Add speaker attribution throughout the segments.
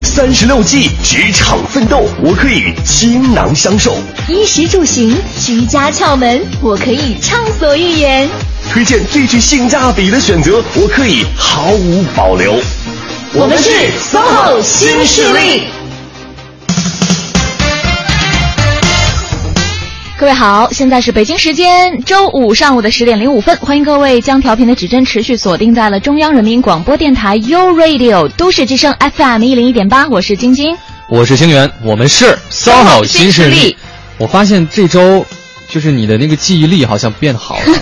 Speaker 1: 三十六计，职场奋斗，我可以倾囊相授；
Speaker 2: 衣食住行，居家窍门，我可以畅所欲言；
Speaker 1: 推荐最具性价比的选择，我可以毫无保留。
Speaker 2: 我们是 SOHO 新势力。各位好，现在是北京时间周五上午的十点零五分，欢迎各位将调频的指针持续锁定在了中央人民广播电台 u Radio 都市之声 FM 一零一点八，我是晶
Speaker 3: 啊
Speaker 2: 晶。
Speaker 3: 我是星源，我们是 SOHO
Speaker 2: 新
Speaker 3: 新势
Speaker 2: 势力
Speaker 3: 力。我发现这周就是你的那个记忆力好像变好 了，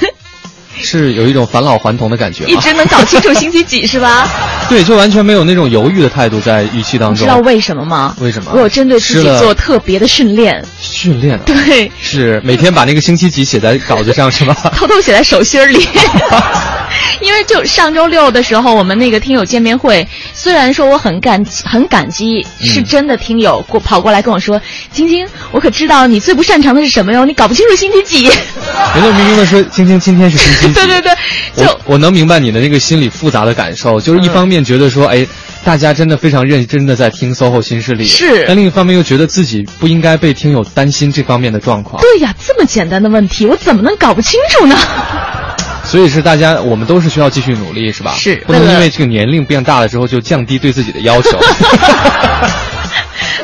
Speaker 3: 是有一种返老还童的感觉
Speaker 2: 一
Speaker 3: 吗？
Speaker 2: 直能搞清楚星期几是吧？
Speaker 3: 对，就完全没有那种犹豫的态度在语气当
Speaker 2: 你知
Speaker 3: 中。
Speaker 2: 道为什么吗？
Speaker 3: 为什么
Speaker 2: 我有针对自
Speaker 3: 吃
Speaker 2: 己
Speaker 3: 了
Speaker 2: 做特别的训练，
Speaker 3: 训练啊，
Speaker 2: 对，
Speaker 3: 是每天把那个星期几写在稿子上是 吗？
Speaker 2: 偷偷写在手心儿 里。因为就上周六的时候，我们那个听友见面会，虽然说我很感很感激，是真的听友
Speaker 3: 嗯
Speaker 2: 过跑过来跟我说，晶晶，我可知道你最不擅长的是什么哟，你搞不清楚星期几。
Speaker 3: 人家明明的说，晶晶今天是星期 几？
Speaker 2: 对对对，就嗯
Speaker 3: 我我能明白你的那个心里复杂的感受，就是一方面觉得说，哎，大家真的非常认真的在听 SOHO 新势力，
Speaker 2: 是
Speaker 3: 但另一方面又觉得自己不应该被听友担心这方面的状况，
Speaker 2: 对呀，这么简单的问题，我怎么能搞不清楚 呢？
Speaker 3: 所以是大家我们都是需要继续努力，是吧？
Speaker 2: 是
Speaker 3: 不能
Speaker 2: 为了
Speaker 3: 因为这个年龄变大了之后就降低对自己的要求。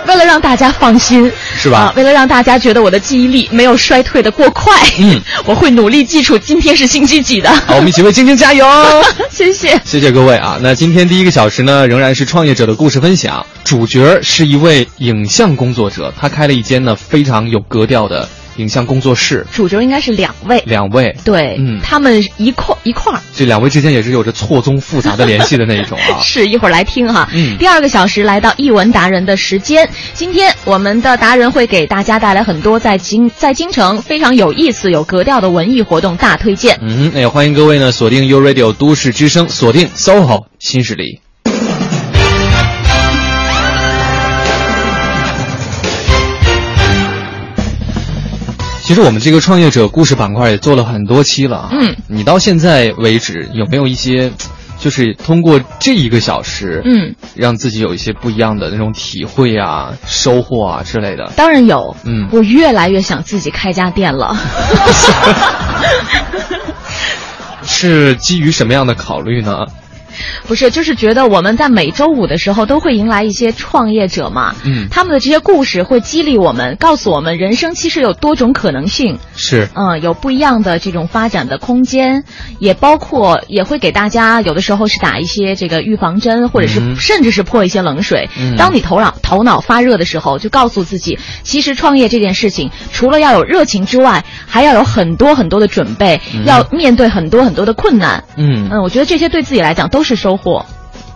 Speaker 2: 为了让大家放心，
Speaker 3: 是吧
Speaker 2: 啊为了让大家觉得我的记忆力没有衰退的过快，
Speaker 3: 嗯，
Speaker 2: 我会努力记住今天是星期几的。
Speaker 3: 好，我们一起为晶晶加油。
Speaker 2: 谢谢。
Speaker 3: 谢谢各位啊！那今天第一个小时呢，仍然是创业者的故事分享。主角是一位影像工作者，他开了一间呢非常有格调的影像工作室。
Speaker 2: 主轴应该是两位，
Speaker 3: 两位，
Speaker 2: 对，
Speaker 3: 嗯
Speaker 2: 他们一块一块儿。
Speaker 3: 这两位之间也是有着错综复杂的联系的那一种啊。
Speaker 2: 是一会儿来听哈。
Speaker 3: 嗯
Speaker 2: 第二个小时来到译文达人的时间，今天我们的达人会给大家带来很多在京在京城非常有意思、有格调的文艺活动大推荐。
Speaker 3: 嗯，那也欢迎各位呢锁定 U Radio 都市之声，锁定 SOHO 新势力。其实我们这个创业者故事板块也做了很多期了啊。
Speaker 2: 嗯，
Speaker 3: 你到现在为止有没有一些，就是通过这一个小时，
Speaker 2: 嗯，
Speaker 3: 让自己有一些不一样的那种体会啊、收获啊之类的？
Speaker 2: 当然有，
Speaker 3: 嗯
Speaker 2: 我越来越想自己开家店了。
Speaker 3: 是基于什么样的考虑呢？
Speaker 2: 不是，就是觉得我们在每周五的时候都会迎来一些创业者嘛，
Speaker 3: 嗯
Speaker 2: 他们的这些故事会激励我们，告诉我们人生其实有多种可能性，
Speaker 3: 是
Speaker 2: 嗯，有不一样的这种发展的空间，也包括也会给大家有的时候是打一些这个预防针，或者是、
Speaker 3: 嗯
Speaker 2: 甚至是泼一些冷水。
Speaker 3: 嗯
Speaker 2: 当你头脑头脑发热的时候，就告诉自己，其实创业这件事情，除了要有热情之外，还要有很多很多的准备，
Speaker 3: 嗯
Speaker 2: 要面对很多很多的困难。
Speaker 3: 嗯
Speaker 2: 嗯，我觉得这些对自己来讲都是收获。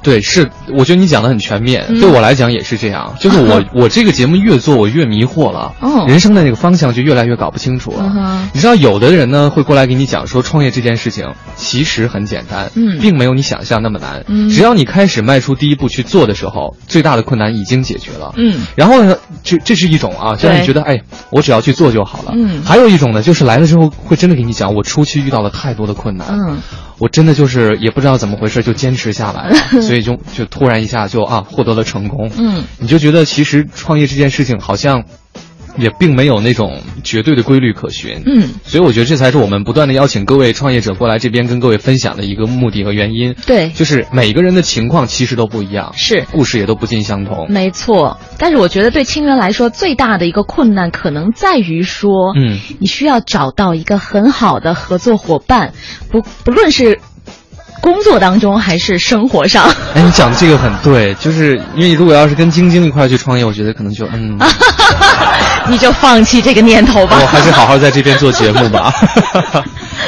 Speaker 3: 对，是，我觉得你讲的很全面，
Speaker 2: 嗯
Speaker 3: 对我来讲也是这样。就 是我，我这个节目越做，我越迷惑了，
Speaker 2: 哦
Speaker 3: 人生的那个方向就越来越搞不清楚了。
Speaker 2: 嗯哼
Speaker 3: 你知道，有的人呢会过来给你讲说，创业这件事情其实很简单，
Speaker 2: 嗯
Speaker 3: 并没有你想象那么难。
Speaker 2: 嗯
Speaker 3: 只要你开始迈出第一步去做的时候，最大的困难已经解决了。
Speaker 2: 嗯
Speaker 3: 然后呢，这这是一种啊，就让你
Speaker 2: 对
Speaker 3: 觉得哎，我只要去做就好了。
Speaker 2: 嗯
Speaker 3: 还有一种呢，就是来了之后会真的给你讲，我初期遇到了太多的困难。
Speaker 2: 嗯，
Speaker 3: 我真的就是也不知道怎么回事就坚持下来 了，所以就就突然一下就啊获得了成功。
Speaker 2: 嗯，
Speaker 3: 你就觉得其实创业这件事情好像也并没有那种绝对的规律可循。
Speaker 2: 嗯，
Speaker 3: 所以我觉得这才是我们不断的邀请各位创业者过来这边跟各位分享的一个目的和原因。
Speaker 2: 对
Speaker 3: 就是每个人的情况其实都不一样，
Speaker 2: 是嗯
Speaker 3: 故事也都不尽相同。
Speaker 2: 没错，但是我觉得对青年来说，最大的一个困难可能在于说，
Speaker 3: 嗯，
Speaker 2: 你需要找到一个很好的合作伙伴，不不论是工作当中还是生活上，
Speaker 3: 哎，你讲的这个很对，就是因为如果要是跟晶晶一块儿去创业，我觉得可能就嗯，
Speaker 2: 你就放弃这个念头吧。
Speaker 3: 我还是好好在这边做节目吧。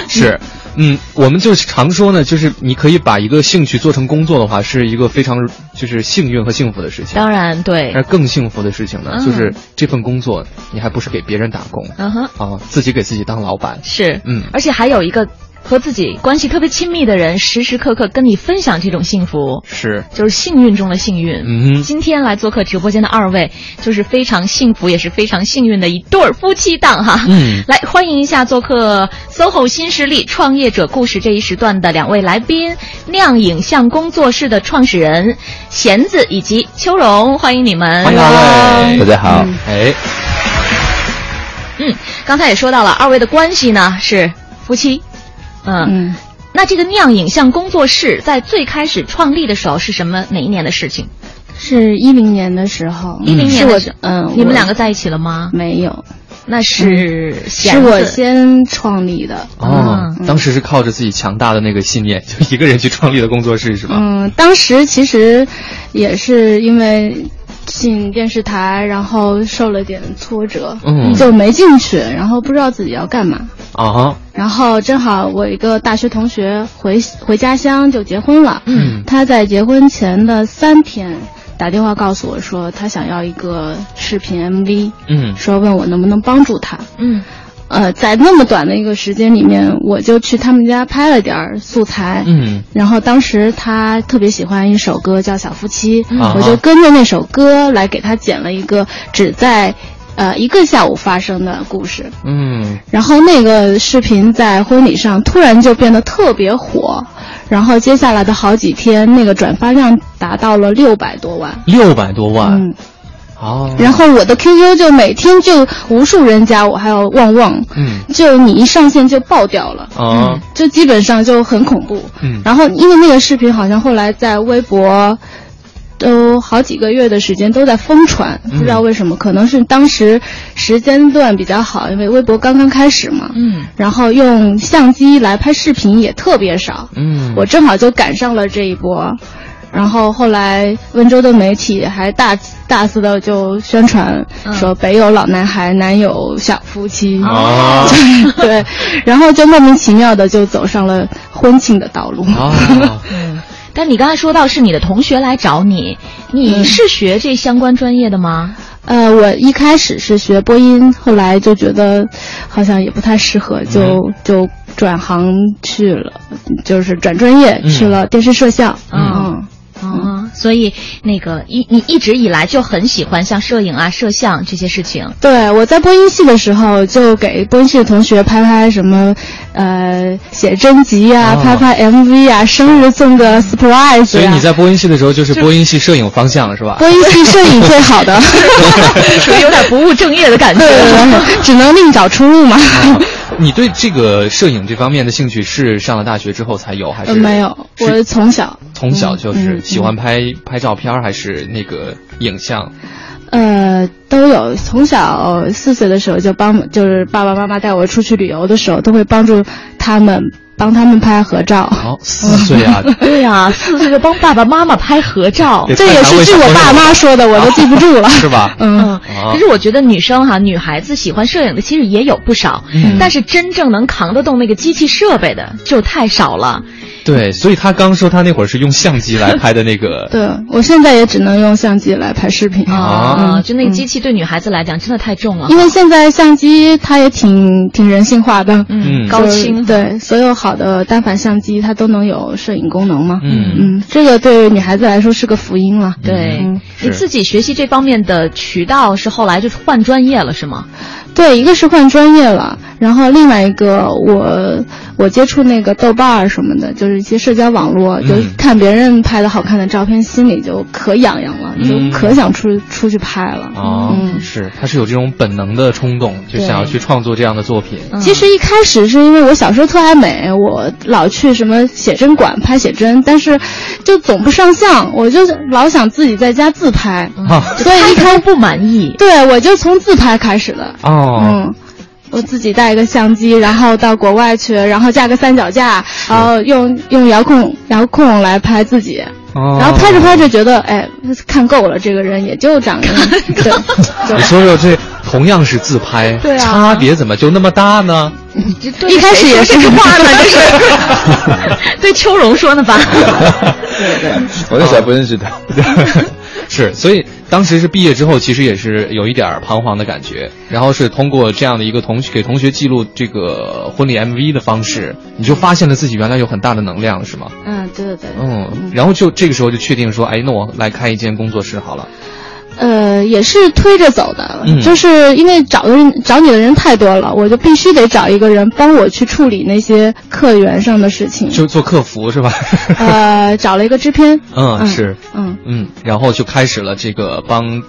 Speaker 3: 是，嗯，我们就是常说呢，就是你可以把一个兴趣做成工作的话，是一个非常就是幸运和幸福的事情。
Speaker 2: 当然对
Speaker 3: 而，更幸福的事情呢，
Speaker 2: 嗯
Speaker 3: 就是这份工作你还不是给别人打工
Speaker 2: 嗯哼，
Speaker 3: 啊，自己给自己当老板。
Speaker 2: 是，
Speaker 3: 嗯
Speaker 2: 而且还有一个和自己关系特别亲密的人时时刻刻跟你分享这种幸福，
Speaker 3: 是，
Speaker 2: 就是幸运中的幸运。
Speaker 3: 嗯哼
Speaker 2: 今天来做客直播间的二位，就是非常幸福也是非常幸运的一对儿夫妻档哈。
Speaker 3: 嗯
Speaker 2: 来欢迎一下做客 SOHO 新势力创业者故事这一时段的两位来宾，酿影像工作室的创始人贤子以及秋荣，欢迎你们。
Speaker 3: 欢迎二位，
Speaker 4: 大家好，
Speaker 3: 哎，
Speaker 2: 嗯，刚才也说到了，二位的关系呢是夫妻，嗯，
Speaker 4: 嗯，
Speaker 2: 那这个酿影像工作室在最开始创立的时候是什么哪一年的事情？
Speaker 4: 是一零年的时候，
Speaker 2: 一零年
Speaker 4: 是
Speaker 2: 的
Speaker 4: 我
Speaker 2: 时候，
Speaker 4: 嗯，
Speaker 2: 你们
Speaker 4: 我
Speaker 2: 两个在一起了吗？
Speaker 4: 没有，
Speaker 2: 那是
Speaker 4: 是
Speaker 2: 嗯是
Speaker 4: 我先创立的。
Speaker 3: 哦，
Speaker 2: 嗯
Speaker 3: 当时是靠着自己强大的那个信念，就一个人去创立的工作室是吧？
Speaker 4: 嗯，当时其实也是因为进电视台，然后受了点挫折，
Speaker 3: 嗯
Speaker 4: 就没进去，然后不知道自己要干嘛。
Speaker 3: 啊哈，
Speaker 4: 然后正好我一个大学同学回回家乡就结婚了，
Speaker 3: 嗯
Speaker 4: 他在结婚前的三天打电话告诉我说他想要一个视频 MV，
Speaker 3: 嗯
Speaker 4: 说问我能不能帮助他。
Speaker 2: 嗯
Speaker 4: 呃，在那么短的一个时间里面，我就去他们家拍了点儿素材。
Speaker 3: 嗯
Speaker 4: 然后当时他特别喜欢一首歌叫《小夫妻》，
Speaker 3: 啊
Speaker 4: 我就跟着那首歌来给他剪了一个只在，呃一个下午发生的故事。
Speaker 3: 嗯
Speaker 4: 然后那个视频在婚礼上突然就变得特别火，然后接下来的好几天，那个转发量达到了六百多万。
Speaker 3: 六百多万
Speaker 4: 嗯，
Speaker 3: 哦，
Speaker 4: 然后我的 QQ 就每天就无数人加我，还有旺旺，
Speaker 3: 嗯
Speaker 4: 就你一上线就爆掉了。
Speaker 3: 啊
Speaker 4: 就基本上就很恐怖。
Speaker 3: 嗯
Speaker 4: 然后因为那个视频好像后来在微博都好几个月的时间都在疯传，
Speaker 3: 嗯
Speaker 4: 不知道为什么，可能是当时时间段比较好，因为微博刚刚开始嘛。
Speaker 2: 嗯
Speaker 4: 然后用相机来拍视频也特别少，
Speaker 3: 嗯
Speaker 4: 我正好就赶上了这一波。然后后来温州的媒体还大大肆的就宣传
Speaker 2: 嗯
Speaker 4: 说北有老男孩，南有小夫妻。
Speaker 3: 啊
Speaker 4: 对，然后就莫名其妙的就走上了婚庆的道路。
Speaker 3: 啊
Speaker 2: 嗯。但你刚才说到是你的同学来找你，你
Speaker 4: 嗯
Speaker 2: 是学这相关专业的吗？
Speaker 4: 呃，我一开始是学播音，后来就觉得好像也不太适合，就、就转行去了，就是转专业、
Speaker 3: 嗯
Speaker 4: 去了电视摄像。
Speaker 2: 嗯啊，所以那个一你一直以来就很喜欢像摄影啊、摄像这些事 情。
Speaker 4: 对，我在播音系的时候，就给播音系的同学拍拍什么，呃，写真集呀、
Speaker 3: 哦
Speaker 4: 拍拍 MV 啊，生日送个 surprise 呀、
Speaker 3: 所以你在播音系的时候就是播音系摄影方向是吧？
Speaker 4: 播音系摄影最 好的，
Speaker 2: 属于有点不务正业的感觉
Speaker 4: 对。对对，只能另找出路嘛。
Speaker 3: 啊你对这个摄影这方面的兴趣是上了大学之后才有， 还是
Speaker 4: 呃，没有，我从小，
Speaker 3: 从小就是
Speaker 4: 嗯
Speaker 3: 喜欢拍、拍照片儿，还是那个影像？
Speaker 4: 呃，都有。从小四岁的时候就帮，就是爸爸妈妈带我出去旅游的时候，都会帮助他们，帮他们拍合照。
Speaker 3: 哦，四岁啊，
Speaker 2: 对呀、四岁就帮爸爸妈妈拍合照
Speaker 3: 对。
Speaker 4: 这也是据我爸妈说的，我都记不住了。
Speaker 3: 是吧？
Speaker 4: 嗯，
Speaker 2: 嗯，其实我觉得女生哈、女孩子喜欢摄影的其实也有不少，
Speaker 3: 嗯
Speaker 2: 但是真正能扛得动那个机器设备的就太少了。
Speaker 3: 对，所以他刚说他那会儿是用相机来拍的那个，
Speaker 4: 对我现在也只能用相机来拍视频，
Speaker 3: 哦
Speaker 2: 啊、
Speaker 4: 嗯
Speaker 2: 就那个机器对女孩子来讲真的太重了
Speaker 4: 因。为现在相机它也挺挺人性化的。
Speaker 2: 嗯，
Speaker 3: 嗯
Speaker 2: 高清
Speaker 4: 就是对所有好的单反相机，它都能有摄影功能嘛。
Speaker 3: 嗯
Speaker 4: 嗯，这个对于女孩子来说是个福音了。
Speaker 2: 对、
Speaker 4: 嗯
Speaker 2: 你
Speaker 3: 是
Speaker 2: 自己学习这方面的渠道是后来就换专业了是吗？
Speaker 4: 对，一个是换专业了，然后另外一个我我接触那个豆瓣儿什么的，就是一些社交网络，
Speaker 3: 嗯
Speaker 4: 就看别人拍的好看的照片，心里就可痒痒了，
Speaker 3: 嗯
Speaker 4: 就可想出出去拍了。
Speaker 3: 哦，
Speaker 4: 嗯
Speaker 3: 是，他是有这种本能的冲动，就
Speaker 2: 对
Speaker 3: 想要去创作这样的作品。
Speaker 2: 嗯
Speaker 4: 其实一开始是因为我小时候特爱美，我老去什么写真馆拍写真，但是就总不上相，我就老想自己在家自拍，
Speaker 3: 啊
Speaker 4: 所以一
Speaker 2: 他
Speaker 4: 开
Speaker 2: 都不满意。
Speaker 4: 对我就从自拍开始的。
Speaker 3: 哦，
Speaker 4: 嗯，我自己带一个相机，然后到国外去，然后架个三脚架，然后用用遥控遥控来拍自己，
Speaker 3: 哦
Speaker 4: 然后拍着拍着觉得，哎，看够了，这个人也就长这样，对，就
Speaker 3: 你说说这同样是自拍，
Speaker 4: 对啊
Speaker 3: 差别怎么就那么大呢？
Speaker 2: 这对
Speaker 4: 一开始也是
Speaker 2: 谁说这个 话呢，这 是对秋荣说呢吧？
Speaker 5: 我那时候还不认识他。
Speaker 3: 是，所以当时是毕业之后，其实也是有一点儿彷徨的感觉。然后是通过这样的一个同学给同学记录这个婚礼 MV 的方式，你就发现了自己原来有很大的能量，是吗？
Speaker 4: 嗯，对对对，
Speaker 3: 嗯，然后就这个时候就确定说，哎，那我来开一间工作室好了。
Speaker 4: 呃，也是推着走的，
Speaker 3: 嗯
Speaker 4: 就是因为找的人找你的人太多了，我就必须得找一个人帮我去处理那些客源上的事情。
Speaker 3: 就做客服是吧？
Speaker 4: 呃，找了一个制片，
Speaker 3: 嗯是
Speaker 4: 嗯，
Speaker 3: 嗯，然后就开始了这个帮，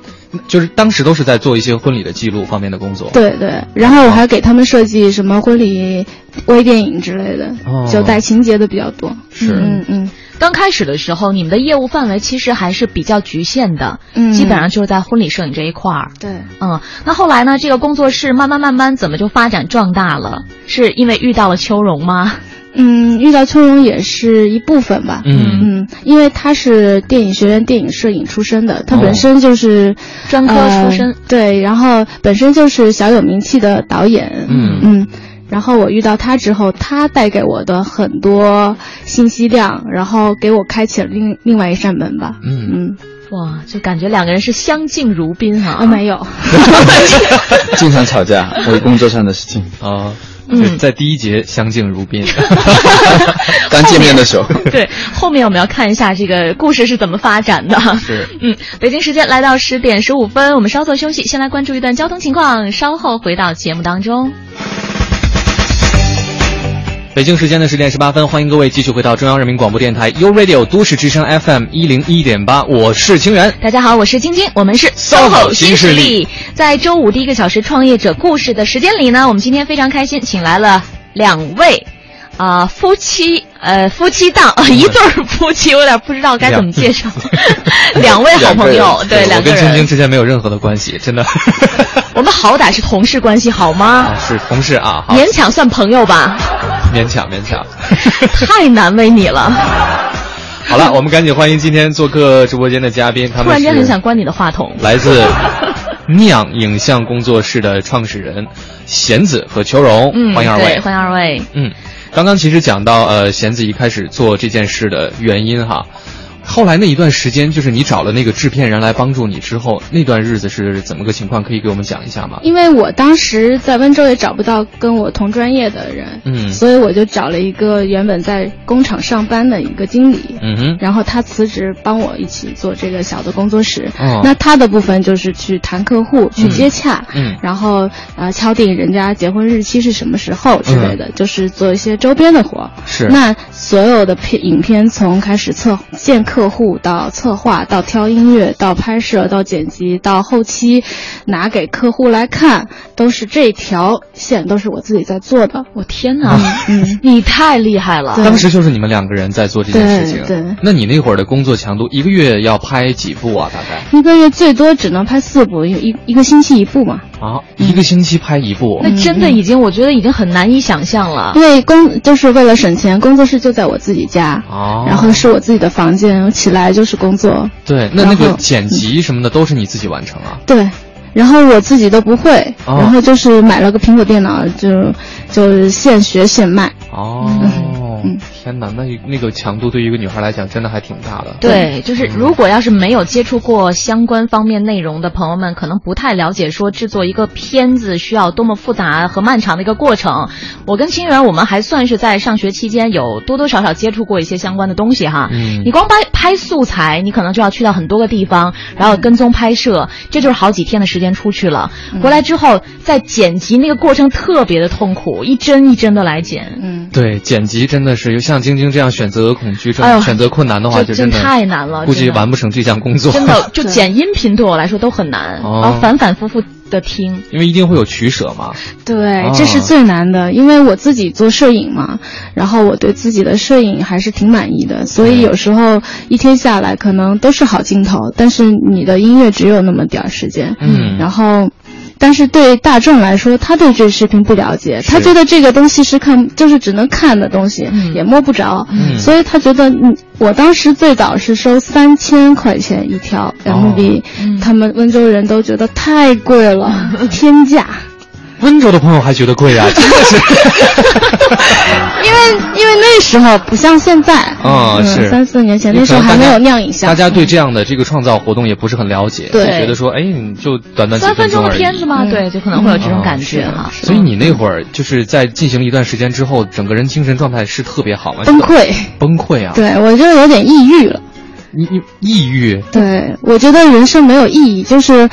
Speaker 3: 就是当时都是在做一些婚礼的记录方面的工作。
Speaker 4: 对对。然后我还给他们设计什么婚礼微电影之类的，
Speaker 3: 哦
Speaker 4: 就带情节的比较多。
Speaker 3: 是
Speaker 4: 嗯嗯
Speaker 2: 刚开始的时候，你们的业务范围其实还是比较局限的，
Speaker 4: 嗯
Speaker 2: 基本上就是在婚礼摄影这一块儿。
Speaker 4: 对。
Speaker 2: 嗯，那后来呢？这个工作室慢慢慢慢怎么就发展壮大了？是因为遇到了秋荣吗？
Speaker 4: 嗯，遇到秋荣也是一部分吧。
Speaker 3: 嗯
Speaker 4: 嗯，因为他是电影学院电影摄影出身
Speaker 3: 哦
Speaker 4: 的，他本身就是、
Speaker 2: 专科
Speaker 4: 呃
Speaker 2: 出身
Speaker 4: 对，然后本身就是小有名气的导演。
Speaker 3: 嗯
Speaker 4: 嗯。然后我遇到他之后，他带给我的很多信息量，然后给我开启了另另外一扇门吧。
Speaker 3: 嗯，
Speaker 4: 嗯，
Speaker 2: 哇，就感觉两个人是相敬如宾哈、
Speaker 3: Oh
Speaker 4: 啊，没有，
Speaker 5: 经常吵 架，为工作上的事情。
Speaker 3: 啊，
Speaker 2: 嗯
Speaker 3: 对在第一节相敬如宾。
Speaker 5: 刚见面的时候，
Speaker 2: 对，后面我们要看一下这个故事是怎么发展的。
Speaker 3: 是，
Speaker 2: 嗯，北京时间来到十点十五分，我们稍作休息，先来关注一段交通情况，稍后回到节目当中。
Speaker 3: 北京时间的十点十八分，欢迎各位继续回到中央人民广播电台 u Radio 都市之声 FM 一零一点八，我是清源。
Speaker 2: 大家好，我是晶晶，我们是
Speaker 3: SOHO 新势力。
Speaker 2: 在周五第一个小时创业者故事的时间里呢，我们今天非常开心，请来了两位。啊、夫妻，呃，夫妻档， 呃
Speaker 3: 嗯
Speaker 2: 一对儿夫妻，我有点不知道该怎么介 绍。两位好朋友，对，两
Speaker 3: 我
Speaker 2: 个
Speaker 3: 跟晶晶
Speaker 2: 人，
Speaker 3: 之间没有任何的关 系，真的。
Speaker 2: 我们好歹是同事关系，好吗
Speaker 3: 啊，？是同事啊，好，
Speaker 2: 勉强算朋友 吧，
Speaker 3: 勉强勉强。
Speaker 2: 太难为你了。
Speaker 3: 好了，我们赶紧欢迎今天做客直播间的嘉宾，他们
Speaker 2: 突然间
Speaker 3: 是
Speaker 2: 很想关你的话筒。
Speaker 3: 来自酿影像工作室的创始人贤子和秋荣，
Speaker 2: 嗯，
Speaker 3: 欢迎二位
Speaker 2: 对，。欢迎二位。
Speaker 3: 嗯，刚刚其实讲到呃，贤子一开始做这件事的原因哈，后来那一段时间，就是你找了那个制片人来帮助你之后，那段日子是怎么个情况？可以给我们讲一下吗？
Speaker 4: 因为我当时在温州也找不到跟我同专业的人，
Speaker 3: 嗯
Speaker 4: 所以我就找了一个原本在工厂上班的一个经理，
Speaker 3: 嗯哼，
Speaker 4: 然后他辞职帮我一起做这个小的工作室。
Speaker 3: 哦
Speaker 4: 那他的部分就是去谈客户、去接洽，
Speaker 3: 嗯
Speaker 4: 然后呃敲定人家结婚日期是什么时候之类的，就是做一些周边的活。
Speaker 3: 嗯是
Speaker 4: 那所有的片影片从开始策见客户到策划到挑音乐到拍摄到剪辑到后期拿给客户来看，都是这条线都是我自己在做的。
Speaker 2: 我天哪，
Speaker 3: 嗯
Speaker 2: 你太厉害了。
Speaker 4: 对
Speaker 3: 当时就是你们两个人在做这件事情。
Speaker 4: 对对
Speaker 3: 那你那会儿的工作强度，一个月要拍几部啊？大概
Speaker 4: 一个月最多只能拍四部，一一一个星期一部嘛。
Speaker 3: 啊，一个星期拍一部。
Speaker 2: 那真的已经，我觉得已经很难以想象了
Speaker 3: 嗯
Speaker 4: 因。为工就是为了省钱，工作室就在我自己家，
Speaker 3: 哦，
Speaker 4: 然后是我自己的房间，我起来就是工作。
Speaker 3: 对，那那
Speaker 4: 然后
Speaker 3: 个剪辑什么的都是你自己完成啊？
Speaker 4: 对，然后我自己都不会，
Speaker 3: 哦
Speaker 4: 然后就是买了个苹果电脑，就就是现学现卖。
Speaker 3: 哦，天哪，那那个强度对于一个女孩来讲真的还挺大的。
Speaker 2: 对，就是如果要是没有接触过相关方面内容的朋友们，可能不太了解说制作一个片子需要多么复杂和漫长的一个过程。我跟清源，我们还算是在上学期间有多多少少接触过一些相关的东西哈。
Speaker 3: 嗯
Speaker 2: 你光拍拍素材，你可能就要去到很多个地方，然后跟踪拍摄，这就是好几天的时间出去了。回来之后再剪辑，那个过程特别的痛苦，一帧一帧的来剪，
Speaker 4: 嗯，
Speaker 3: 对，剪辑真的是像晶晶这样选择恐惧症、
Speaker 2: 哎呦
Speaker 3: 选择困难的话，
Speaker 2: 这
Speaker 3: 就真的
Speaker 2: 真太难了
Speaker 3: 估计
Speaker 2: 真的
Speaker 3: 完不成这项工作。
Speaker 2: 真的，就剪音频对我来说都很难，
Speaker 3: 哦
Speaker 2: 然后反反复复的听。
Speaker 3: 因为一定会有取舍嘛。
Speaker 4: 对
Speaker 3: 哦，
Speaker 4: 这是最难的，因为我自己做摄影嘛，然后我对自己的摄影还是挺满意的，所以有时候一天下来可能都是好镜头，但是你的音乐只有那么点儿时间，
Speaker 3: 嗯
Speaker 4: 然后。但是对大众来说，他对这视频不了解，他觉得这个东西是看，就是只能看的东西，
Speaker 2: 嗯
Speaker 4: 也摸不着，
Speaker 3: 嗯
Speaker 4: 所以他觉得，嗯，我当时最早是收三千块钱一条 MV，、
Speaker 2: 嗯
Speaker 4: 他们温州人都觉得太贵了，天价。
Speaker 3: 温州的朋友还觉得贵 啊，真的是。
Speaker 4: 因为因为那时候不像现在，
Speaker 3: 啊
Speaker 4: 嗯，
Speaker 3: 是
Speaker 4: 三四年前
Speaker 3: 也可
Speaker 4: 那时候
Speaker 3: 能
Speaker 4: 还
Speaker 3: 大
Speaker 4: 没
Speaker 3: 家
Speaker 4: 有酿影像，
Speaker 3: 大家对这样的这个创造活动也不是很了解，
Speaker 4: 对
Speaker 3: 就觉得说，哎，你就短短几
Speaker 2: 三分
Speaker 3: 钟
Speaker 2: 钟
Speaker 3: 而
Speaker 2: 的
Speaker 3: 已。
Speaker 2: 片子吗？
Speaker 4: 嗯
Speaker 2: 对，就可能会有这种感
Speaker 3: 嗯
Speaker 2: 觉哈。
Speaker 3: 哦所以你那会儿就是在进行了一段时间之后，整个人精神状态是特别好吗？
Speaker 4: 崩溃，
Speaker 3: 崩溃啊！，
Speaker 4: 对我就有点抑郁了。
Speaker 3: 你你抑郁，
Speaker 4: 对，我觉得人生没有意义，就是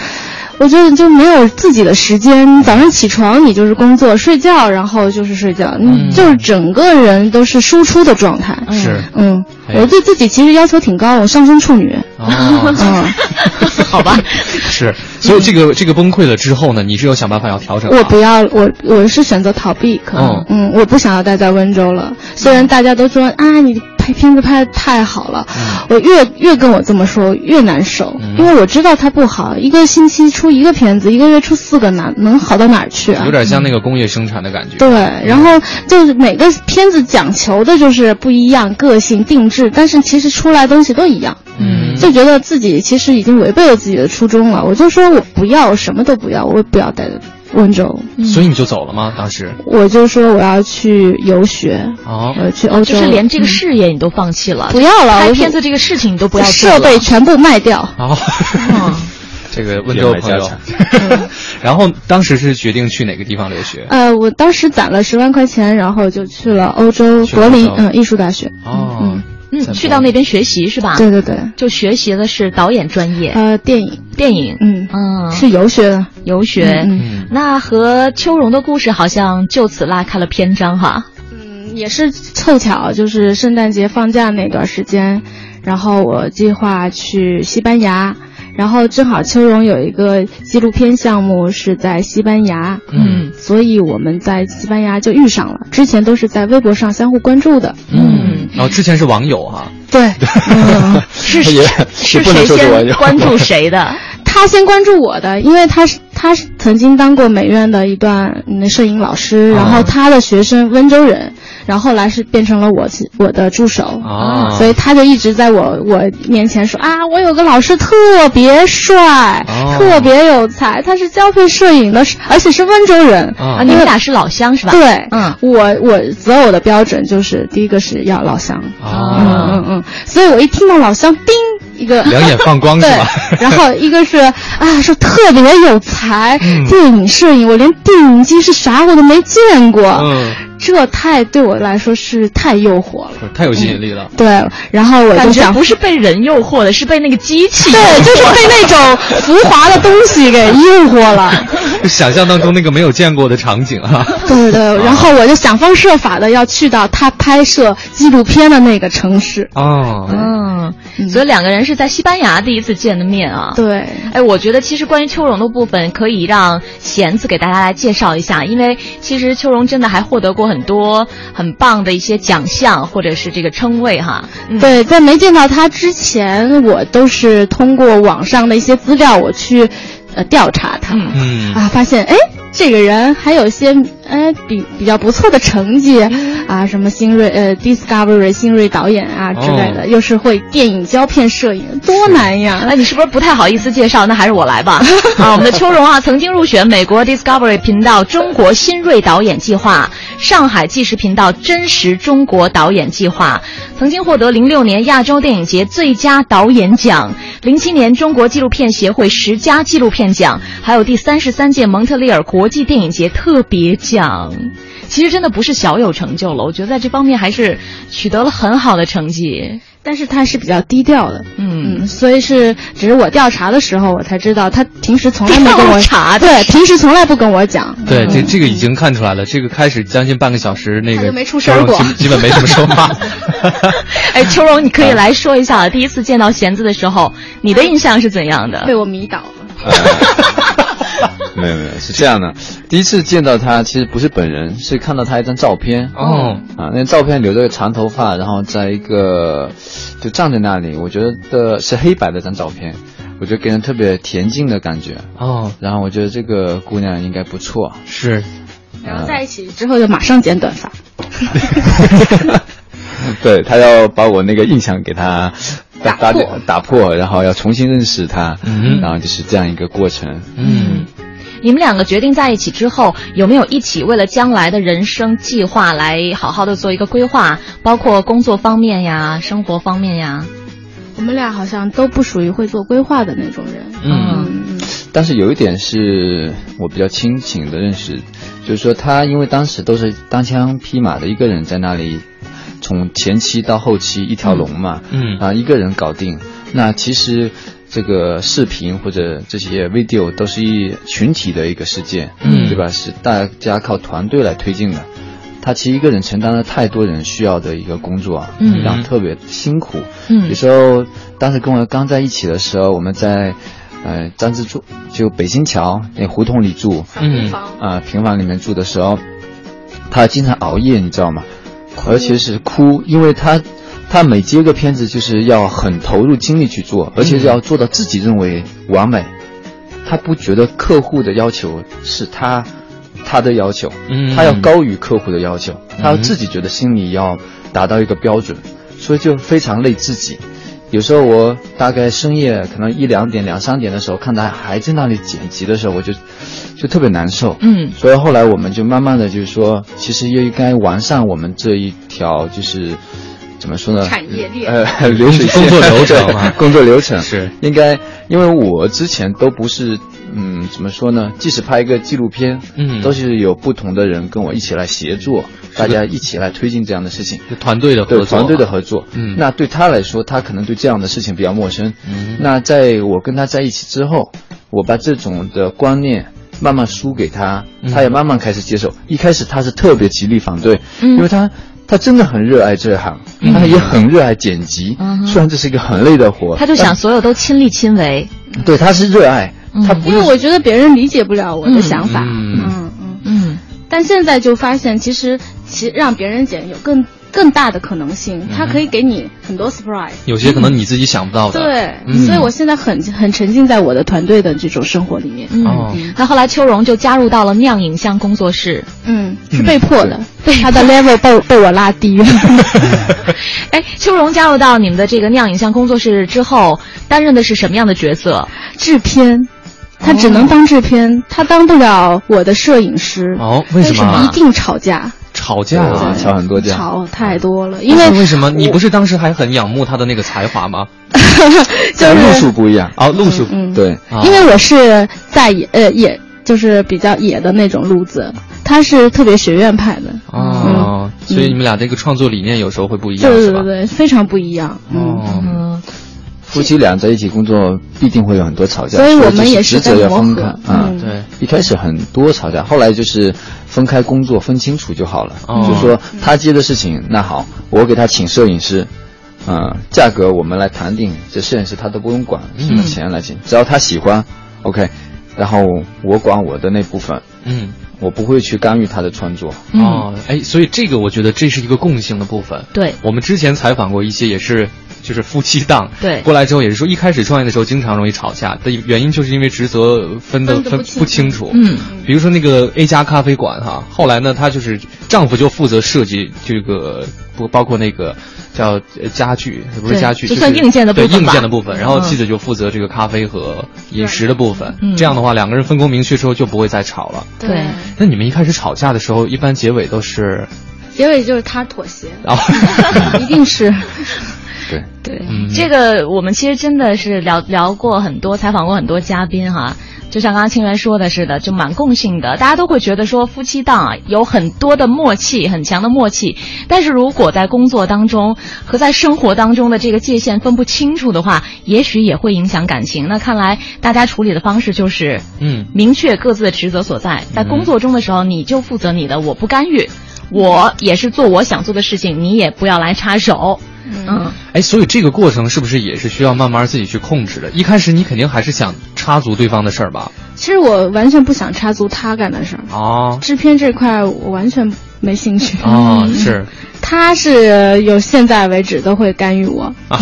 Speaker 4: 我觉得就没有自己的时间。早上起床你就是工作，睡觉然后就是睡觉，嗯，就是整个人都是输出的状态。
Speaker 2: 嗯
Speaker 3: 是
Speaker 4: 嗯，
Speaker 3: 哎
Speaker 4: 我对自己其实要求挺高，我上升处 女。
Speaker 3: 哦，
Speaker 4: 嗯，
Speaker 2: 好吧，
Speaker 3: 是。所以这个这个崩溃了之后呢，你是有想办法要调整吗。
Speaker 4: 我不要，我我是选择逃避，可能，
Speaker 3: 哦嗯
Speaker 4: 嗯，我不想要待在温州了。虽然大家都说啊，你拍片子拍的太好了，我越越跟我这么说越难受，
Speaker 3: 嗯
Speaker 4: 因为我知道它不好，一个星期出一个片子，一个月出四个哪，能好到哪儿去啊
Speaker 3: 有？点嗯像那个工业生产的感觉。
Speaker 4: 对，然后就是每个片子讲求的就是不一样，个性定制，但是其实出来东西都一样，
Speaker 3: 嗯，
Speaker 4: 就觉得自己其实已经违背了自己的初衷了。我就说我不要，我什么都不要，我不要待在温州。
Speaker 2: 嗯
Speaker 3: 所以你就走了吗？当时
Speaker 4: 我就说我要去游学，
Speaker 3: 哦，
Speaker 2: 嗯
Speaker 4: 我去欧洲，
Speaker 2: 就是连这个事业你都放弃了，
Speaker 4: 不要了，
Speaker 2: 拍
Speaker 4: 我
Speaker 2: 片子这个事情你都不要做了嗯
Speaker 4: 设备全部卖掉。
Speaker 3: 哦， 这个温州朋
Speaker 5: 变卖
Speaker 3: 友
Speaker 5: 家。
Speaker 3: 然后当时是决定去哪个地方留学？
Speaker 4: 呃，我当时攒了十万块钱，然后就去了欧洲
Speaker 3: 去了
Speaker 4: 柏林
Speaker 3: 欧洲
Speaker 4: 嗯艺术大学。
Speaker 3: 哦，在
Speaker 2: 嗯，去
Speaker 3: 柏
Speaker 2: 到
Speaker 3: 林
Speaker 2: 那边学习是吧？
Speaker 4: 对，对对，
Speaker 2: 就学习的是导演专业，
Speaker 4: 呃，电影，
Speaker 2: 电影，
Speaker 4: 嗯，
Speaker 2: 嗯，
Speaker 4: 是游学的。
Speaker 2: 游学。
Speaker 4: 嗯
Speaker 3: 嗯
Speaker 2: 那和秋荣的故事好像就此拉开了篇章哈。
Speaker 4: 嗯，也是凑巧，就是圣诞节放假那段时间，然后我计划去西班牙，然后正好秋荣有一个纪录片项目是在西班牙，
Speaker 3: 嗯
Speaker 4: 所以我们在西班牙就遇上了，之前都是在微博上相互关注的。
Speaker 3: 嗯，然后之前是网友啊哈，
Speaker 4: 对，嗯，
Speaker 2: 是
Speaker 5: 也
Speaker 2: 是
Speaker 5: 也不
Speaker 2: 谁
Speaker 5: 能说是网
Speaker 2: 先
Speaker 5: 友
Speaker 2: 关注谁的？
Speaker 4: 他先关注我的，因为他是他是曾经当过美院的一段嗯摄影老师，然后他的学生温州人，然后后来是变成了我我的助手
Speaker 3: 啊
Speaker 4: 所以他就一直在我我面前说啊，我有个老师特别帅，
Speaker 3: 哦
Speaker 4: 特别有才，他是交配摄影的，而且是温州人，
Speaker 2: 啊，
Speaker 3: 啊
Speaker 2: 你们俩是老乡是吧？
Speaker 4: 对，
Speaker 2: 嗯
Speaker 4: 我我择偶的标准就是第一个是要老乡，嗯
Speaker 3: 啊，
Speaker 4: 嗯嗯，所以我一听到老乡，叮一 个。
Speaker 3: 两眼放光是
Speaker 4: 对
Speaker 3: 吧？，
Speaker 4: 然后一个是啊，说特别有才，
Speaker 3: 嗯
Speaker 4: 电影摄影，我连电影机是啥我都没见过，
Speaker 3: 嗯，
Speaker 4: 这太对我来说是太诱惑了。
Speaker 3: 不嗯是太有吸引力了。
Speaker 4: 对，然后我
Speaker 2: 感
Speaker 4: 就
Speaker 2: 觉
Speaker 4: 想
Speaker 2: 不，是被人诱惑的，是被那个机器。
Speaker 4: 对，就是被那种浮华的东西给诱惑了。
Speaker 3: 想象当中那个没有见过的场景啊 哈，
Speaker 4: 对对
Speaker 3: 哦
Speaker 4: 对，然后我就想方设法的要去到他拍摄纪录片的那个城市。
Speaker 3: 哦，
Speaker 2: 嗯，所以两个人是在西班牙第一次见的面啊。。
Speaker 4: 对，
Speaker 2: 哎，我觉得其实关于秋荣的部分，可以让贤子给大家来介绍一下，因为其实秋荣真的还获得过很多很棒的一些奖项或者是这个称谓哈。嗯，
Speaker 4: 对，在没见到他之前，我都是通过网上的一些资料，我去呃调查他、
Speaker 2: 嗯
Speaker 3: 嗯
Speaker 4: 啊，发现哎，这个人还有一些哎比比较不错的成绩
Speaker 2: 嗯
Speaker 4: 啊，什么新锐呃 Discovery 新锐导演啊之类的，
Speaker 3: 哦
Speaker 4: 又是会电影胶片摄影，多难呀！
Speaker 2: 哎，你是不是不太好意思介绍？那还是我来吧。啊，我们的秋荣啊，曾经入选美国 Discovery 频道中国新锐导演计划、上海纪实频道真实中国导演计划，曾经获得零六年亚洲电影节最佳导演奖、零七年中国纪录片协会十佳纪录片奖，还有第三十三届蒙特利尔国际电影节特别奖。其实真的不是小有成就了，我觉得在这方面还是取得了很好的成绩。
Speaker 4: 但是他是比较低调的。
Speaker 2: 嗯
Speaker 4: 嗯，所以是只是我调查的时候，我才知道他平时从来没跟
Speaker 2: 调
Speaker 4: 我
Speaker 2: 查的
Speaker 4: 对，平时从来不跟我讲。
Speaker 3: 对，这这个已经看出来了。这个开始将近半个小时，那
Speaker 4: 他
Speaker 3: 个
Speaker 4: 就没出声儿
Speaker 3: 小荣
Speaker 4: 过
Speaker 3: 基基本没怎么说 话。
Speaker 2: 哎，秋荣，你可以来说一下，啊第一次见到贤子的时候，你的印象是怎样的
Speaker 4: 被？我迷倒了。
Speaker 5: 没有没有，是这样的，第一次见到他其实不是本人，是看到他一张照片。
Speaker 3: 哦，
Speaker 5: 啊，那照片留着个长头发，然后在一个就站在那里，我觉得呃是黑白的一张照片，我觉得给人特别恬静的感觉。
Speaker 4: 嗯
Speaker 3: 哦，
Speaker 5: 然后我觉得这个姑娘应该不错，
Speaker 3: 是，
Speaker 4: 然后在一起呃之后就马上剪短发，
Speaker 5: 啊 对她要把我那个印象给她
Speaker 4: 打
Speaker 5: 打
Speaker 4: 破
Speaker 5: 打破，然后要重新认识她，
Speaker 3: 嗯
Speaker 5: 然后就是这样一个过程。
Speaker 3: 嗯，
Speaker 2: 你们两个决定在一起之后，有没有一起为了将来的人生计划来好好的做一个规划，包括工作方面呀、生活方面呀？
Speaker 4: 我们俩好像都不属于会做规划的那种人。
Speaker 3: 嗯
Speaker 4: 嗯
Speaker 5: 但是有一点是我比较清醒的认识，就是说他因为当时都是单枪匹马的一个人在那里，从前期到后期一条龙嘛，
Speaker 3: 嗯
Speaker 5: 啊一个人搞定。那其实这个视频或者这些 video 都是一群体的一个事件，
Speaker 3: 嗯
Speaker 5: 对吧？是大家靠团队来推进的。他其实一个人承担了太多人需要的一个工作，
Speaker 2: 嗯
Speaker 5: 然后特别辛苦，
Speaker 2: 嗯
Speaker 5: 有时候当时跟我刚在一起的时候，我们在呃张自住，就北新桥那胡同里住
Speaker 3: 嗯
Speaker 5: 啊、平房里面住的时候，他经常熬夜，你知道吗？而且是哭，因为他他每接个片子就是要很投入精力去做，而且是要做到自己认为完美。他不觉得客户的要求是他他的要求，
Speaker 3: 嗯
Speaker 5: 他要高于客户的要求，他要自己觉得心里要达到一个标准，所以就非常累自己。有时候我大概深夜可能一两点、两三点的时候，看他还在那里剪辑的时候，我就就特别难受。
Speaker 2: 嗯
Speaker 5: 所以后来我们就慢慢的就是说，其实也应该完善我们这一条就是怎么说呢？
Speaker 4: 产业链
Speaker 5: 呃， 流水线
Speaker 3: 工作流程啊
Speaker 5: 对工作流程
Speaker 3: 是
Speaker 5: 应该，因为我之前都不是，嗯，怎么说呢？即使拍一个纪录片，
Speaker 3: 嗯
Speaker 5: 都是有不同的人跟我一起来协作，大家一起来推进这样的事情。
Speaker 3: 就团队的合
Speaker 5: 对
Speaker 3: 作，
Speaker 5: 团队的合作。
Speaker 3: 嗯
Speaker 5: 那对他来说，他可能对这样的事情比较陌生。嗯，那在我跟他在一起之后，我把这种的观念。慢慢输给他，
Speaker 4: 嗯
Speaker 5: 他也慢慢开始接受。一开始他是特别极力反对，
Speaker 2: 嗯
Speaker 5: 因为他他真的很热爱这行，
Speaker 4: 嗯
Speaker 5: 他也很热爱剪辑。
Speaker 2: 嗯哼
Speaker 5: 虽然这是一个很累的活，
Speaker 2: 他就想所有都亲力亲为。
Speaker 5: 但对，他是热爱，他不
Speaker 4: 因为我觉得别人理解不了我的想法。
Speaker 3: 嗯
Speaker 4: 嗯嗯
Speaker 2: 嗯
Speaker 4: 但现在就发现，其实其让别人剪有更更大的可能性，它可以给你很多 surprise。
Speaker 3: 有些可能你自己想不到的。
Speaker 4: 对，
Speaker 3: 嗯
Speaker 4: 所以我现在很很沉浸在我的团队的这种生活里面。
Speaker 2: 嗯，
Speaker 3: 哦
Speaker 2: 那后来秋荣就加入到了酿影像工作室。
Speaker 4: 嗯，是被迫的，他的 level 被被我拉低了。
Speaker 2: 哎，秋荣加入到你们的这个酿影像工作室之后，担任的是什么样的角色？
Speaker 4: 制片，他只能当制片，他当不了我的摄影师。
Speaker 3: 哦，为什么
Speaker 4: 一
Speaker 3: 啊
Speaker 4: 定吵架？
Speaker 3: 吵架啊？
Speaker 5: 吵很多架。
Speaker 4: 吵太多了，因 为
Speaker 3: 为什么？你不是当时还很仰慕他的那个才华吗？
Speaker 5: 但
Speaker 4: 就
Speaker 5: 路
Speaker 4: 是
Speaker 5: 数不一样，
Speaker 3: 哦，路数，
Speaker 4: 嗯，
Speaker 5: 对，
Speaker 3: 啊
Speaker 4: 因为我是在野呃野，就是比较野的那种路
Speaker 3: 啊
Speaker 4: 子，他是特别学院派的，
Speaker 3: 哦，所以你们俩这个创作理念有时候会不一样，
Speaker 4: 嗯对
Speaker 3: 是
Speaker 4: 对
Speaker 3: 吧？
Speaker 4: 对，非常不一样。嗯，
Speaker 3: 哦，
Speaker 2: 嗯，
Speaker 5: 夫妻俩在一起工作必定会有很多吵架，
Speaker 4: 所以我们
Speaker 5: 就
Speaker 4: 也是
Speaker 5: 职
Speaker 4: 在
Speaker 5: 责要
Speaker 4: 磨
Speaker 5: 分
Speaker 4: 合
Speaker 5: 开啊。
Speaker 4: 嗯
Speaker 3: 对，
Speaker 5: 一开始很多吵架，后来就是分开工作，分清楚就好了。
Speaker 3: 哦
Speaker 5: 就说他接的事情，那好，我给他请摄影师，嗯，价格我们来谈定，这摄影师他都不用管，什么钱来请，
Speaker 3: 嗯
Speaker 5: 只要他喜欢，OK，然后我管我的那部分，
Speaker 3: 嗯，
Speaker 5: 我不会去干预他的创作。
Speaker 4: 嗯
Speaker 3: 哦，哎，所以这个我觉得这是一个共性的部分。
Speaker 2: 对
Speaker 3: 我们之前采访过一些也是。就是夫妻档，
Speaker 2: 对
Speaker 3: 过来之后也是说，一开始创业的时候经常容易吵架的原因，就是因为职责分的
Speaker 4: 分得
Speaker 3: 分
Speaker 4: 不清
Speaker 3: 不清楚。
Speaker 2: 嗯，
Speaker 3: 比如说那个 A 家咖啡馆哈，后来呢，她就是丈夫就负责设计这个不包括那个叫呃家具，不是
Speaker 2: 对
Speaker 3: 家具，
Speaker 2: 就是算硬件的部分
Speaker 3: 对硬
Speaker 2: 吧
Speaker 3: 件的部分。然后
Speaker 2: 嗯
Speaker 3: 妻子就负责这个咖啡和饮食的部分。
Speaker 2: 嗯
Speaker 3: 这样的话，两个人分工明确之后就不会再吵了。
Speaker 2: 对
Speaker 3: 那你们一开始吵架的时候，一般结尾都是
Speaker 4: 结尾就是他妥协，
Speaker 3: 啊，
Speaker 4: 一 定是。
Speaker 5: 对，
Speaker 4: 对，
Speaker 2: 这个我们其实真的是聊聊过很多，采访过很多嘉宾哈、就像刚刚清源说的似的，就蛮共性的，大家都会觉得说夫妻档啊有很多的默契，很强的默契。但是如果在工作当中和在生活当中的这个界限分不清楚的话，也许也会影响感情。那看来大家处理的方式就是，
Speaker 3: 嗯
Speaker 2: 明确各自的职责所在，在工作中的时候你就负责你的，我不干预，我也是做我想做的事情，你也不要来插手。嗯
Speaker 3: 哎，所以这个过程是不是也是需要慢慢自己去控制的？一开始你肯定还是想插足对方的事儿吧？
Speaker 4: 其实我完全不想插足他干的事儿，
Speaker 3: 啊
Speaker 5: 哦
Speaker 4: 制片这块我完全没兴趣。呃
Speaker 3: 啊，是
Speaker 4: 他是有现在为止都会干预我，
Speaker 3: 啊，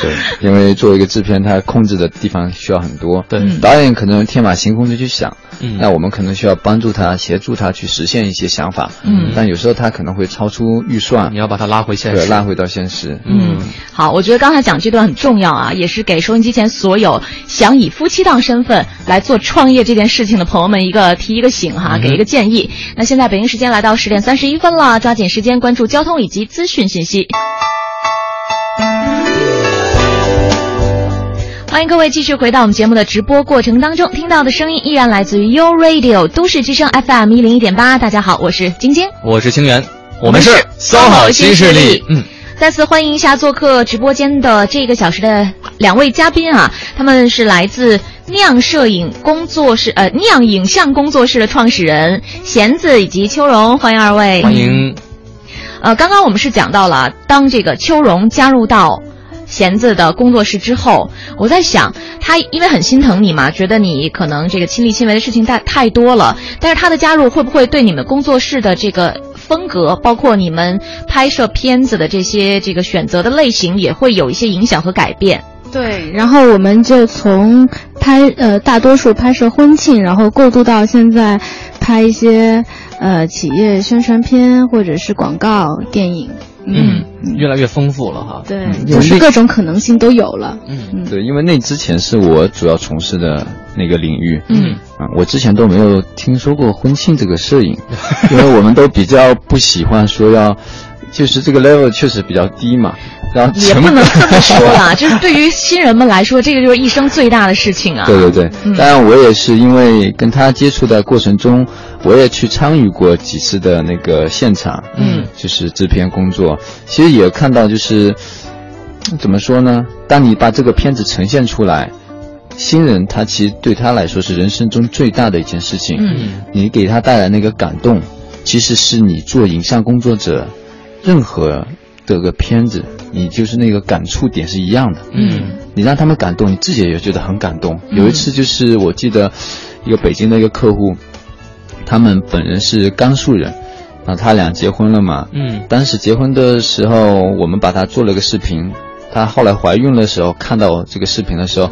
Speaker 5: 对，因为作为一个制片，他控制的地方需要很多。
Speaker 3: 对
Speaker 2: 嗯
Speaker 5: 导演可能天马行空的去想，
Speaker 3: 嗯
Speaker 5: 那我们可能需要帮助他、协助他去实现一些想法。
Speaker 2: 嗯
Speaker 5: 但有时候他可能会超出预算
Speaker 3: 你，要把它拉回现
Speaker 5: 对，
Speaker 3: 实。
Speaker 5: 拉回到现实。
Speaker 2: 嗯，好，我觉得刚才讲这段很重要啊，也是给收音机前所有想以夫妻档身份来做创业这件事情的朋友们一个提一个醒哈，给一个建议。那现在北京时间来到十点三十一分了，抓紧时间关注交通以及资讯信息。欢迎各位继续回到我们节目的直播过程当中，听到的声音依然来自于 U Radio 都市之声 FM 一零一点八。大家好，我是晶晶。
Speaker 3: 我是清源，我
Speaker 2: 们是
Speaker 3: 三好新势力。嗯，
Speaker 2: 再次欢迎一下做客直播间的这个小时的两位嘉宾啊，他们是来自酿摄影工作室呃酿影像工作室的创始人贤子以及秋荣，欢迎二位。
Speaker 3: 欢。迎。
Speaker 2: 呃，刚刚我们是讲到了，当这个秋荣加入到贤子的工作室之后，我在想，他因为很心疼你嘛，觉得你可能这个亲力亲为的事情太太多了，但是他的加入会不会对你们工作室的这个风格，包括你们拍摄片子的这些这个选择的类型，也会有一些影响和改变？
Speaker 4: 对，然后我们就从拍呃大多数拍摄婚庆，然后过渡到现在拍一些呃企业宣传片或者是广告电影，
Speaker 3: 嗯，越来越丰富了哈。
Speaker 4: 对，
Speaker 5: 有
Speaker 4: 就是
Speaker 5: 那
Speaker 4: 各种可能性都有了。
Speaker 3: 嗯
Speaker 4: 嗯
Speaker 5: 对，因为那之前是我主要从事的那个领域。
Speaker 2: 嗯
Speaker 5: 啊，我之前都没有听说过婚庆这个摄影， 因为我们都比较不喜欢说要，就是这个 level 确实比较低嘛，然后
Speaker 2: 也
Speaker 5: 成
Speaker 2: 不
Speaker 5: 本
Speaker 2: 能这么说啦，就是对于新人们来说，这个就是一生最大的事情啊。
Speaker 5: 对对对，
Speaker 2: 嗯
Speaker 5: 当然我也是因为跟他接触的过程中，我也去参与过几次的那个现场，
Speaker 2: 嗯，
Speaker 5: 就是制片工作，其实也看到就是嗯怎么说呢？当你把这个片子呈现出来，新人他其实对他来说是人生中最大的一件事情，
Speaker 2: 嗯，
Speaker 5: 你给他带来那个感动，其实是你做影像工作者任何这个片子，你就是那个感触点是一样的，
Speaker 3: 嗯
Speaker 5: 你让他们感动，你自己也觉得很感动。有一次就是我记得一个北京的一个客户，他们本人是甘肃人，然后他俩结婚了嘛，
Speaker 3: 嗯
Speaker 5: 当时结婚的时候，我们把她做了个视频。她后来怀孕的时候，看到这个视频的时候，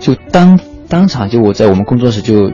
Speaker 5: 就当当场就我在我们工作室就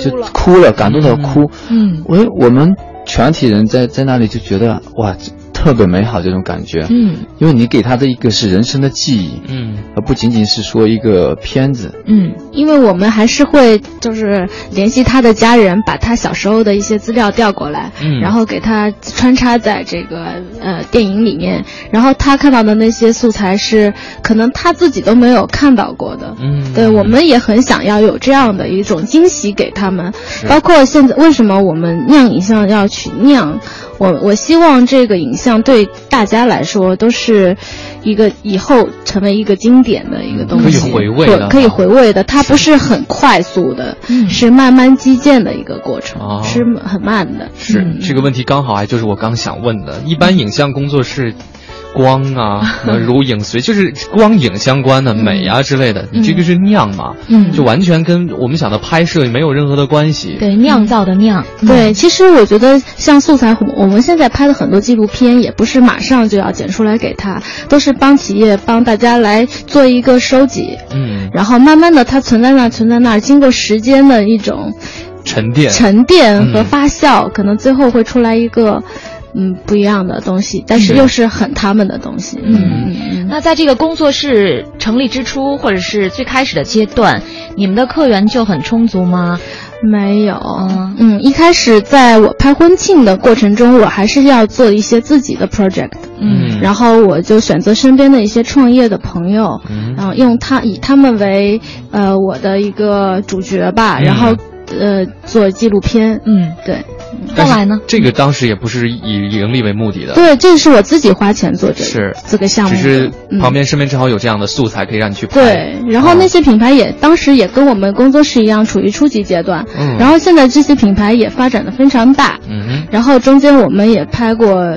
Speaker 5: 就哭了，感动到哭。
Speaker 2: 嗯
Speaker 5: 我我们全体人在在那里就觉得哇，特别美好这种感觉，
Speaker 2: 嗯
Speaker 5: 因为你给她的一个是人生的记忆，
Speaker 3: 嗯
Speaker 5: 而不仅仅是说一个片子。
Speaker 2: 嗯
Speaker 4: 因为我们还是会就是联系他的家人，把他小时候的一些资料调过来，
Speaker 3: 嗯
Speaker 4: 然后给他穿插在这个呃电影里面，然后他看到的那些素材是可能他自己都没有看到过的。
Speaker 3: 嗯
Speaker 4: 对，我们也很想要有这样的一种惊喜给他们，包括现在为什么我们酿影像要去酿，我我希望这个影像对大家来说都是一个以后成为一个经典的一个东西，
Speaker 3: 可以回味
Speaker 4: 对
Speaker 3: 的
Speaker 4: 可以回味的，它不是很快速的，
Speaker 2: 嗯
Speaker 4: 是慢慢积建的一个过程，
Speaker 3: 哦
Speaker 4: 是很慢的。
Speaker 3: 是、
Speaker 4: 嗯
Speaker 3: 这个问题刚好还就是我刚想问的。一般影像工作室，光啊、如影随，就是光影相关的美啊之类的，你这个是酿嘛，
Speaker 2: 嗯，
Speaker 3: 就完全跟我们想的拍摄没有任何的关系。
Speaker 2: 对酿造的酿，嗯
Speaker 4: 对，其实我觉得像素材，我们现在拍的很多纪录片，也不是马上就要剪出来给他，都是帮企业帮大家来做一个收集，
Speaker 3: 嗯，
Speaker 4: 然后慢慢的它存在那儿，存在那儿，经过时间的一种
Speaker 3: 沉淀。
Speaker 4: 沉淀和发酵，可能最后会出来一个嗯不一样的东西，但是又是很他们的东西。嗯嗯嗯。
Speaker 2: 那在这个工作室成立之初，或者是最开始的阶段，你们的客源就很充足吗？
Speaker 4: 没有
Speaker 2: 嗯，
Speaker 4: 嗯，一开始在我拍婚庆的过程中，我还是要做一些自己的 project，
Speaker 3: 嗯
Speaker 4: 然后我就选择身边的一些创业的朋友，
Speaker 3: 嗯
Speaker 4: 然后用他以他们为呃我的一个主角吧，
Speaker 3: 嗯
Speaker 4: 然后呃做纪录片，
Speaker 2: 嗯，
Speaker 4: 对
Speaker 2: 后来呢？
Speaker 3: 这个当时也不是以盈利为目的的，
Speaker 4: 对，这是我自己花钱做这
Speaker 3: 呃
Speaker 4: 个
Speaker 3: 是
Speaker 4: 这个项目
Speaker 3: 只
Speaker 4: 的，
Speaker 3: 是
Speaker 4: 嗯
Speaker 3: 旁边身边正好有这样的素材可以让你去拍。嗯
Speaker 4: 对，然后那些品牌也、当时也跟我们工作室一样处于初级阶段，
Speaker 3: 嗯
Speaker 4: 然后现在这些品牌也发展的非常大，
Speaker 3: 嗯哼
Speaker 4: 然后中间我们也拍过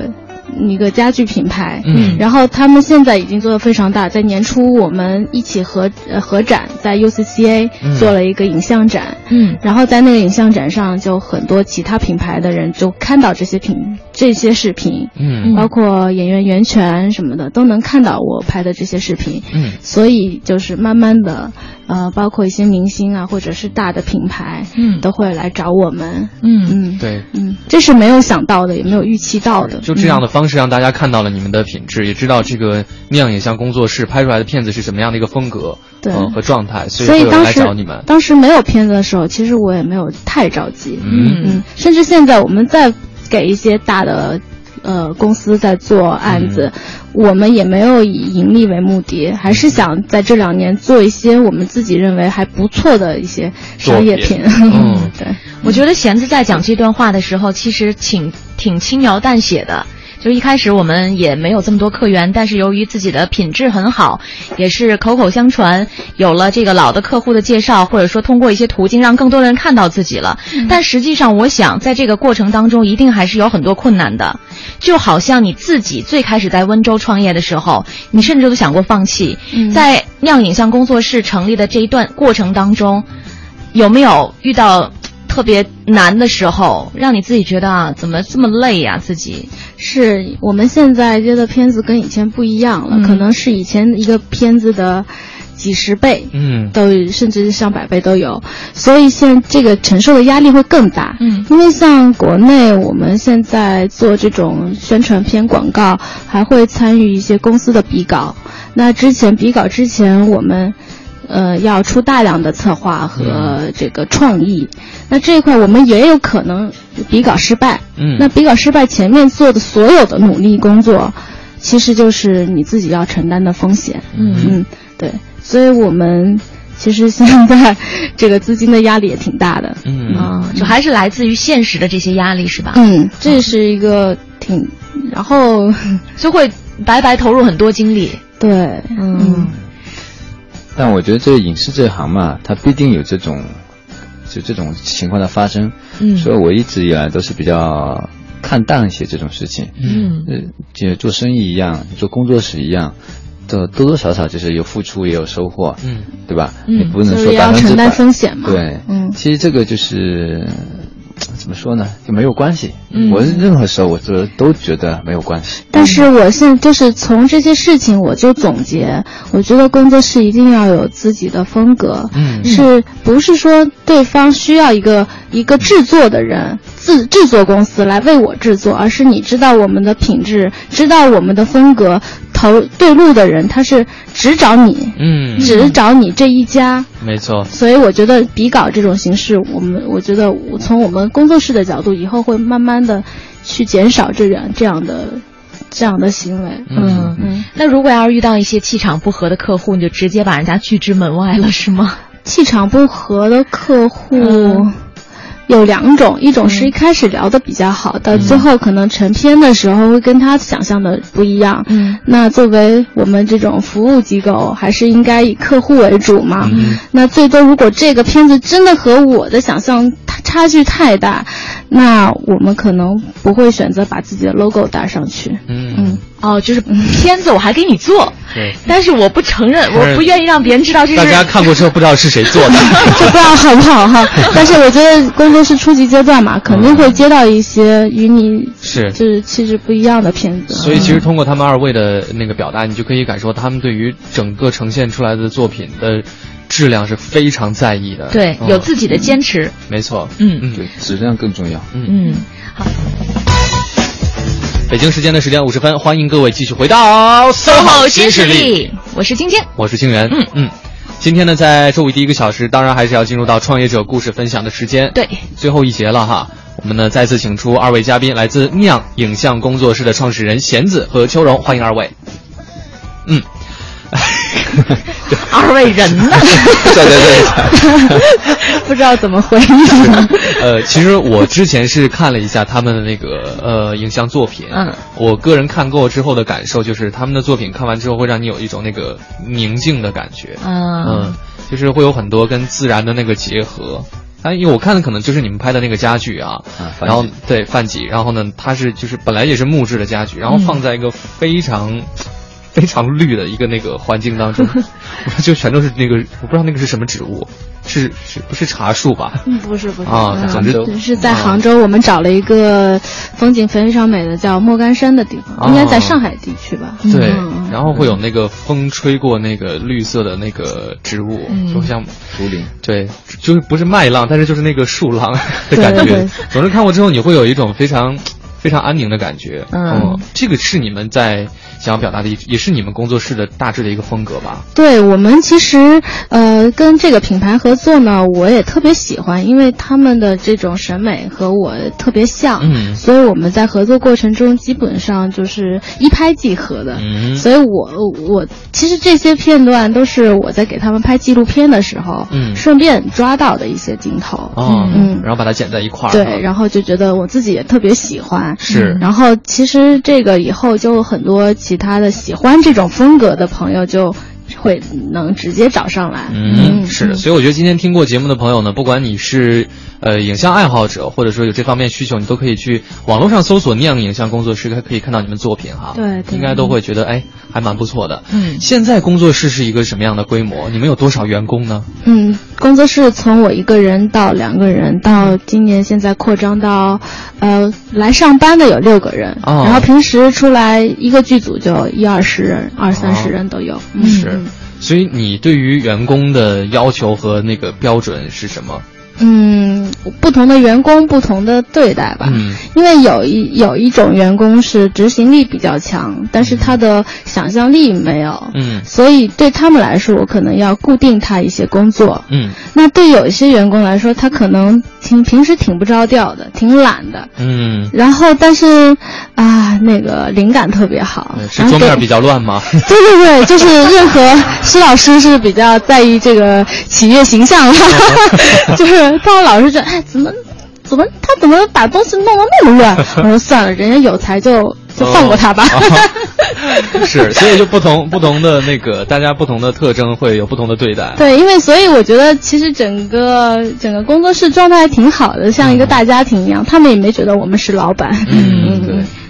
Speaker 4: 一个家具品牌，
Speaker 3: 嗯
Speaker 4: 然后他们现在已经做得非常大，在年初我们一起合呃合展，在 UCCA
Speaker 3: 嗯
Speaker 4: 做了一个影像展，
Speaker 2: 嗯
Speaker 4: 然后在那个影像展上，就很多其他品牌的人就看到这些品这些视频，
Speaker 3: 嗯
Speaker 4: 包括演员袁泉什么的都能看到我拍的这些视频，
Speaker 3: 嗯
Speaker 4: 所以就是慢慢的，呃，包括一些明星啊，或者是大的品牌，
Speaker 2: 嗯
Speaker 4: 都会来找我们，
Speaker 2: 嗯
Speaker 4: 嗯，
Speaker 3: 对。
Speaker 4: 嗯，这是没有想到的，也没有预期到的，
Speaker 3: 就这样的方式让大家看到了你们的品质，也知道这个酿影像工作室拍出来的片子是什么样的一个风格，
Speaker 4: 对
Speaker 3: 呃和状态，
Speaker 4: 嗯。
Speaker 3: 所
Speaker 4: 所
Speaker 3: 以
Speaker 4: 以
Speaker 3: 会有人
Speaker 4: 当
Speaker 3: 来
Speaker 4: 时
Speaker 3: 找你们。
Speaker 4: 当时没有片子的时候，其实我也没有太着急，
Speaker 3: 嗯
Speaker 4: 嗯，甚至现在我们再给一些大的呃公司在做案子，
Speaker 3: 嗯
Speaker 4: 我们也没有以盈利为目的，还是想在这两年做一些我们自己认为还不错的一些商业片。
Speaker 3: 嗯
Speaker 4: 对，
Speaker 2: 我觉得弦子在讲这段话的时候，其实挺挺轻描淡写的。就一开始我们也没有这么多客源，但是由于自己的品质很好，也是口口相传，有了这个老的客户的介绍，或者说通过一些途径让更多人看到自己了。但实际上，我想在这个过程当中，一定还是有很多困难的。就好像你自己最开始在温州创业的时候，你甚至都想过放弃。
Speaker 4: 嗯
Speaker 2: 在酿影像工作室成立的这一段过程当中，有没有遇到特别难的时候，让你自己觉得啊，怎么这么累呀、自己，
Speaker 4: 是我们现在接的片子跟以前不一样了，
Speaker 2: 嗯
Speaker 4: 可能是以前一个片子的几十倍。
Speaker 3: 嗯
Speaker 4: 都甚至上百倍都有，所以现这个承受的压力会更大。
Speaker 2: 嗯
Speaker 4: 因为像国内我们现在做这种宣传片广告，还会参与一些公司的比稿。那之前比稿之前，我们呃要出大量的策划和这个创意。那这一块我们也有可能比稿失败。
Speaker 3: 嗯
Speaker 4: 那比稿失败前面做的所有的努力工作，其实就是你自己要承担的风险。
Speaker 2: 嗯
Speaker 4: 嗯，对，所以我们其实现在这个资金的压力也挺大的。
Speaker 3: 嗯
Speaker 2: 啊，就还是来自于现实的这些压力是吧？
Speaker 4: 嗯，这是一个挺，然后
Speaker 2: 就会白白投入很多精力。
Speaker 4: 对，
Speaker 2: 嗯
Speaker 5: 但我觉得这影视这行嘛，它必定有这种，就这种情况的发生，
Speaker 2: 嗯
Speaker 5: 所以我一直以来都是比较看淡一些这种事情。
Speaker 2: 嗯
Speaker 5: 呃，就做生意一样，做工作室一样，都多多少少就是有付出也有收获，
Speaker 3: 嗯，
Speaker 5: 对吧？
Speaker 2: 嗯
Speaker 5: 你不
Speaker 4: 就
Speaker 5: 能说
Speaker 4: 是
Speaker 5: 百
Speaker 4: 要
Speaker 5: 分之
Speaker 4: 承
Speaker 5: 百
Speaker 4: 担风险嘛。
Speaker 5: 对，
Speaker 4: 嗯
Speaker 5: 其实这个就是呃怎么说呢，就没有关系。
Speaker 2: 嗯
Speaker 5: 我任何时候我都都觉得没有关系。
Speaker 4: 但是我现在就是从这些事情，我就总结，我觉得工作室一定要有自己的风格，
Speaker 3: 嗯
Speaker 4: 是不是说对方需要一个一个制作的人制制作公司来为我制作，而是你知道我们的品质，知道我们的风格，投对路的人他是只找你，
Speaker 3: 嗯，
Speaker 4: 只找你这一家。
Speaker 3: 没错，
Speaker 4: 所以我觉得比稿这种形式，我们我觉得我从我们工作室的角度，以后会慢慢的去减少这样这样的这样的行为。
Speaker 2: 嗯
Speaker 4: 嗯，
Speaker 2: 那如果要是遇到一些气场不合的客户，你就直接把人家拒之门外了，是吗？
Speaker 4: 气场不合的客户。
Speaker 2: 嗯
Speaker 4: 有两种，一种是一开始聊的比较好，到最后可能成片的时候会跟他想象的不一样。
Speaker 2: 嗯
Speaker 4: 那作为我们这种服务机构，还是应该以客户为主嘛。
Speaker 2: 嗯
Speaker 4: 那最多如果这个片子真的和我的想象它差距太大，那我们可能不会选择把自己的 logo 打上去。
Speaker 3: 嗯
Speaker 4: 嗯，
Speaker 2: 哦，就是片子我还给你做，
Speaker 3: 对。
Speaker 2: 但是我不承认，我不愿意让别人知道这
Speaker 3: 大家
Speaker 2: 是。
Speaker 3: 看过之后不知道是谁做的，
Speaker 4: 就不知道好不好 哈。但是我觉得工作室初级阶段嘛，肯定会接到一些与你
Speaker 3: 嗯是
Speaker 4: 就是气质不一样的片子。
Speaker 3: 所以其实通过他们二位的那个表达，你就可以感受他们对于整个呈现出来的作品的质量是非常在意的。
Speaker 2: 对，
Speaker 3: 嗯
Speaker 2: 有自己的坚持。
Speaker 3: 没错。
Speaker 2: 嗯
Speaker 3: 嗯
Speaker 5: 对，质量更重要。
Speaker 2: 嗯，
Speaker 3: 北京时间的十点五十分，欢迎各位继续回到
Speaker 2: SOHO
Speaker 3: SOHO
Speaker 2: 新势
Speaker 3: 势
Speaker 2: 力，我是晶晶。
Speaker 3: 我是清源。
Speaker 2: 嗯
Speaker 3: 嗯，今天呢，在周五第一个小时，当然还是要进入到创业者故事分享的时间。
Speaker 2: 对，
Speaker 3: 最后一节了哈。我们呢再次请出二位嘉宾，来自酿影像工作室的创始人贤子和秋荣，欢迎二位。 嗯，
Speaker 2: 二位人 呢？
Speaker 5: 对对对，
Speaker 4: 不知道怎么回应。
Speaker 3: 呃，其实我之前是看了一下他们的那个呃影像作品，
Speaker 2: 嗯，
Speaker 3: 我个人看过之后的感受就是，他们的作品看完之后会让你有一种那个宁静的感觉，
Speaker 2: 嗯
Speaker 3: 嗯，就是会有很多跟自然的那个结合，啊，因为我看的可能就是你们拍的那个家具啊，
Speaker 5: 啊
Speaker 3: 然后
Speaker 5: 饭几
Speaker 3: 对饭几，然后呢，它是就是本来也是木质的家具，然后
Speaker 2: 嗯
Speaker 3: 放在一个非常、非常绿的一个那个环境 当中，就全都是那个我不知道那个是什么植物，是是不是茶树吧？
Speaker 4: 嗯，不是不是
Speaker 3: 啊
Speaker 4: 嗯
Speaker 3: 总之
Speaker 4: 对是在
Speaker 3: 啊
Speaker 4: 杭州，我们找了一个风景非常美的叫莫干山的地
Speaker 3: 啊
Speaker 4: 方，应该在上海地区吧？
Speaker 3: 对
Speaker 4: 嗯，
Speaker 3: 然后会有那个风吹过那个绿色的那个植物，
Speaker 4: 嗯
Speaker 3: 就像
Speaker 5: 竹林。
Speaker 3: 对，就是不是麦浪，但是就是那个树 浪的感觉。
Speaker 4: 对对
Speaker 3: 总之看过之后，你会有一种非常非常安宁的感觉。哦
Speaker 2: 嗯
Speaker 3: 这个是你们在想要表达的一，也是你们工作室的大致的一个风格吧？
Speaker 4: 对我们其实呃跟这个品牌合作呢，我也特别喜欢，因为他们的这种审美和我特别像，
Speaker 3: 嗯
Speaker 4: 所以我们在合作过程中基本上就是一拍即合的。
Speaker 3: 嗯
Speaker 4: 所以我我其实这些片段都是我在给他们拍纪录片的时候，
Speaker 3: 嗯
Speaker 4: 顺便抓到的一些镜头。
Speaker 3: 哦，
Speaker 4: 嗯
Speaker 3: 然后把它剪在一块儿。
Speaker 4: 对，然后就觉得我自己也特别喜欢。
Speaker 3: 是
Speaker 4: 然后其实这个以后就有很多其他的喜欢这种风格的朋友就会能直接找上来。
Speaker 3: 嗯，是的，所以我觉得今天听过节目的朋友呢，不管你是呃影像爱好者，或者说有这方面需求，你都可以去网络上搜索“酿影像工作室”，还可以看到你们作品哈。
Speaker 4: 对对
Speaker 3: 应该都会觉得哎，还蛮不错的。
Speaker 2: 嗯
Speaker 3: 现在工作室是一个什么样的规模？你们有多少员工呢？
Speaker 4: 嗯，工作室从我一个人到两个人，到今年现在扩张到，呃，来上班的有六个人，
Speaker 3: 哦
Speaker 4: 然后平时出来一个剧组就一二十人、二三十人都有。嗯
Speaker 3: 是，所以你对于员工的要求和那个标准是什么？
Speaker 4: 嗯，不同的员工不同的对待吧。
Speaker 3: 嗯
Speaker 4: 因为有一有一种员工是执行力比较强，但是他的想象力没有，
Speaker 3: 嗯
Speaker 4: 所以对他们来说，我可能要固定他一些工作。
Speaker 3: 嗯
Speaker 4: 那对有一些员工来说，他可能挺平时挺不着调的，挺懒的，
Speaker 3: 嗯，
Speaker 4: 然后但是啊，那个灵感特别好，
Speaker 3: 呃是
Speaker 4: 然后
Speaker 3: 桌
Speaker 4: 给
Speaker 3: 面比较乱 吗？
Speaker 4: 对对对，就是任何施老师是比较在意这个企业形 象的，就是他们老是觉得，哎，怎么怎么他怎么把东西弄得那么乱？我说算了，人家有才就就放过他吧。
Speaker 3: 哦是，所以就不同不同的那个，大家不同的特征会有不同的对 待。
Speaker 4: 对，因为所以我觉得其实整个整个工作室状态还挺好的，像一个大家庭一样，他们也没觉得我们是老板。
Speaker 3: 嗯，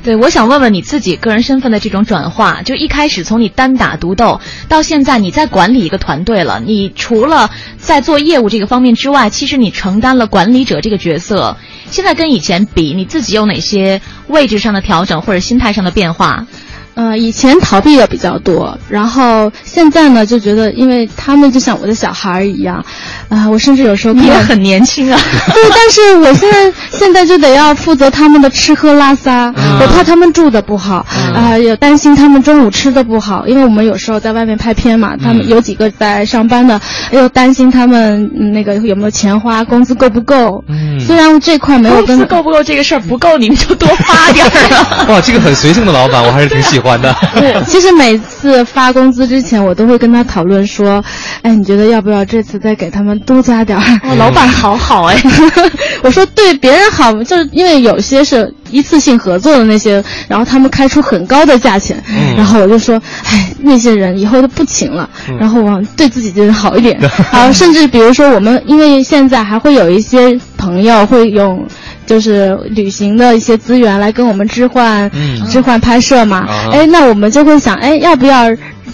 Speaker 3: 对，
Speaker 2: 对，我想问问你自己个人身份的这种转化，就一开始从你单打独斗到现在你在管理一个团队了，你除了在做业务这个方面之外，其实你承担了管理者这个角色。现在跟以前比，你自己有哪些位置上的调整或者心态上的变化？
Speaker 4: 呃，以前逃避的比较多，然后现在呢就觉得，因为他们就像我的小孩儿一样，啊、我甚至有时候
Speaker 2: 你
Speaker 4: 看
Speaker 2: 也
Speaker 4: 到
Speaker 2: 很年轻啊。
Speaker 4: 对，但是我现在现在就得要负责他们的吃喝拉撒，我怕他们住的不好，啊、也担心他们中午吃的不好，因为我们有时候在外面拍片嘛，他们有几个在上班的，又担心他们嗯那个有没有钱花，工资够不够。
Speaker 3: 嗯
Speaker 4: 虽然这块没有
Speaker 2: 工
Speaker 4: 跟
Speaker 2: 资够不够这个事儿不够，你们就多发点儿 啊。
Speaker 3: 哇，这个很随性的老板，我还是挺喜欢的。
Speaker 4: 对，其实每次发工资之前，我都会跟他讨论说，哎，你觉得要不要这次再给他们多加点儿？
Speaker 2: 哦老板好好哎，
Speaker 4: 我说对别人好，就是因为有些是一次性合作的那些，然后他们开出很高的价钱，然后我就说，哎，那些人以后都不请了，然后往对自己的人好一点。然后甚至比如说我们，因为现在还会有一些朋友会用。就是旅行的一些资源来跟我们置换，
Speaker 3: 嗯
Speaker 4: 置换拍摄嘛
Speaker 3: 啊，
Speaker 4: 哎，那我们就会想，哎，要不要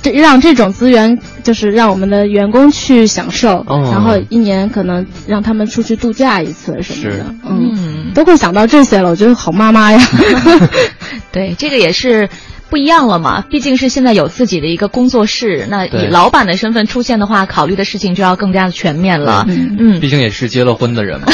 Speaker 4: 这让这种资源，就是让我们的员工去享受，
Speaker 3: 哦
Speaker 4: 然后一年可能让他们出去度假一次什么
Speaker 3: 是
Speaker 4: 的，嗯，
Speaker 2: 嗯，
Speaker 4: 都会想到这些了。我觉得好妈 妈呀，
Speaker 2: 嗯对，这个也是不一样了嘛，毕竟是现在有自己的一个工作室，那以
Speaker 3: 对
Speaker 2: 老板的身份出现的话，考虑的事情就要更加的全面了。
Speaker 4: 嗯
Speaker 2: 嗯
Speaker 3: 毕竟也是结了婚的人 嘛。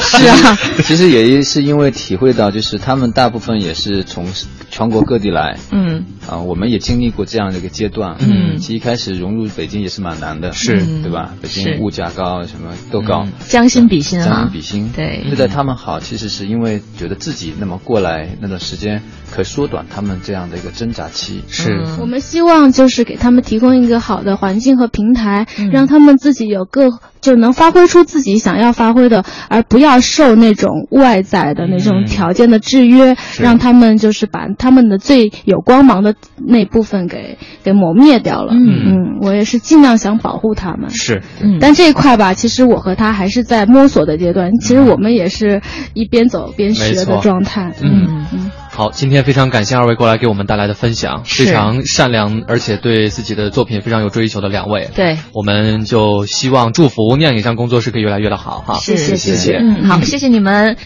Speaker 4: 是啊，
Speaker 5: 其实也是因为体会到，就是他们大部分也是从全国各地来，
Speaker 2: 嗯
Speaker 5: 啊，我们也经历过这样的一个阶段。
Speaker 2: 嗯
Speaker 5: 其实一开始融入北京也是蛮难的，
Speaker 3: 是
Speaker 5: 对吧？北
Speaker 2: 是
Speaker 5: 京物价高，什么都高
Speaker 3: 嗯，
Speaker 2: 将心比心啊
Speaker 5: 将心比心。
Speaker 2: 对
Speaker 5: 对待他们好，其实是因为觉得自己那么过来那段时间，可以缩短他们们这样的一个挣扎期。
Speaker 3: 是
Speaker 2: 嗯
Speaker 4: 我们希望就是给他们提供一个好的环境和平台，
Speaker 2: 嗯
Speaker 4: 让他们自己有个就能发挥出自己想要发挥的，而不要受那种外在的那种
Speaker 3: 嗯
Speaker 4: 条件的制约，让他们就是把他们的最有光芒的那部分给给磨灭掉了。
Speaker 3: 嗯
Speaker 4: 嗯，我也是尽量想保护他们。
Speaker 3: 是，
Speaker 2: 嗯，
Speaker 4: 但这一块吧，其实我和他还是在摸索的阶段。其实我们也是一边走边学
Speaker 3: 嗯没
Speaker 4: 的
Speaker 3: 错
Speaker 4: 状态。
Speaker 3: 嗯
Speaker 4: 嗯，
Speaker 3: 好，今天非常感谢二位过来给我们带来的分享，
Speaker 2: 是
Speaker 3: 非常善良而且对自己的作品非常有追求的两位。
Speaker 2: 对，
Speaker 3: 我们就希望祝福酿影像工作室可以越来越的好哈。
Speaker 2: 是
Speaker 4: 谢谢
Speaker 3: 谢谢
Speaker 2: 嗯，好，谢谢你们。